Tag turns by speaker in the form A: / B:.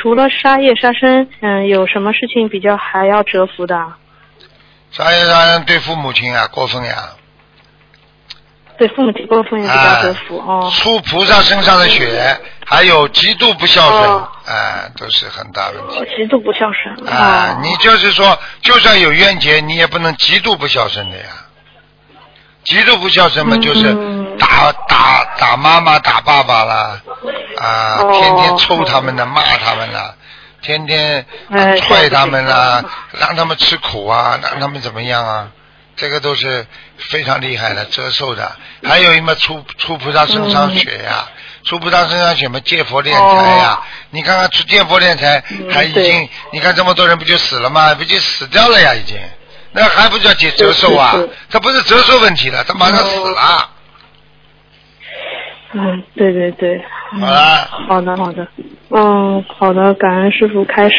A: 除了杀业杀生，嗯，有什么事情比较还要折服的？
B: 杀业杀人对父母亲啊过分呀、
A: 对父母亲过分也比较折服、哦。嗯
B: 出菩萨身上的血，还有极度不孝顺，
A: 哦
B: 啊，都是很大问题。
A: 极度不孝顺。
B: 啊
A: 哦，
B: 你就是说，就算有冤结，你也不能极度不孝顺的呀。极度不孝顺嘛，
A: 嗯
B: 就是打打打妈妈、打爸爸啦，啊，
A: 哦
B: 天天抽他们的、骂他们啦，天天啊
A: 哎
B: 踹他们啦
A: 这样，
B: 让他们吃苦啊，让他们怎么样啊？这个都是非常厉害的折寿的。还有一嘛，出出菩萨
A: 嗯
B: 身上血呀、出菩萨身上血嘛，借佛炼财呀、
A: 哦
B: 你看看出借佛炼财，
A: 嗯
B: 还已
A: 对
B: 经，你看这么多人不就死了吗？不就死掉了呀？已经，那还不叫解折寿啊
A: 是是是？
B: 他不是折寿问题了，他马上死了。
A: 嗯，对对对。嗯
B: 好了。
A: 嗯好的，好的，嗯，好的，感恩师傅开始。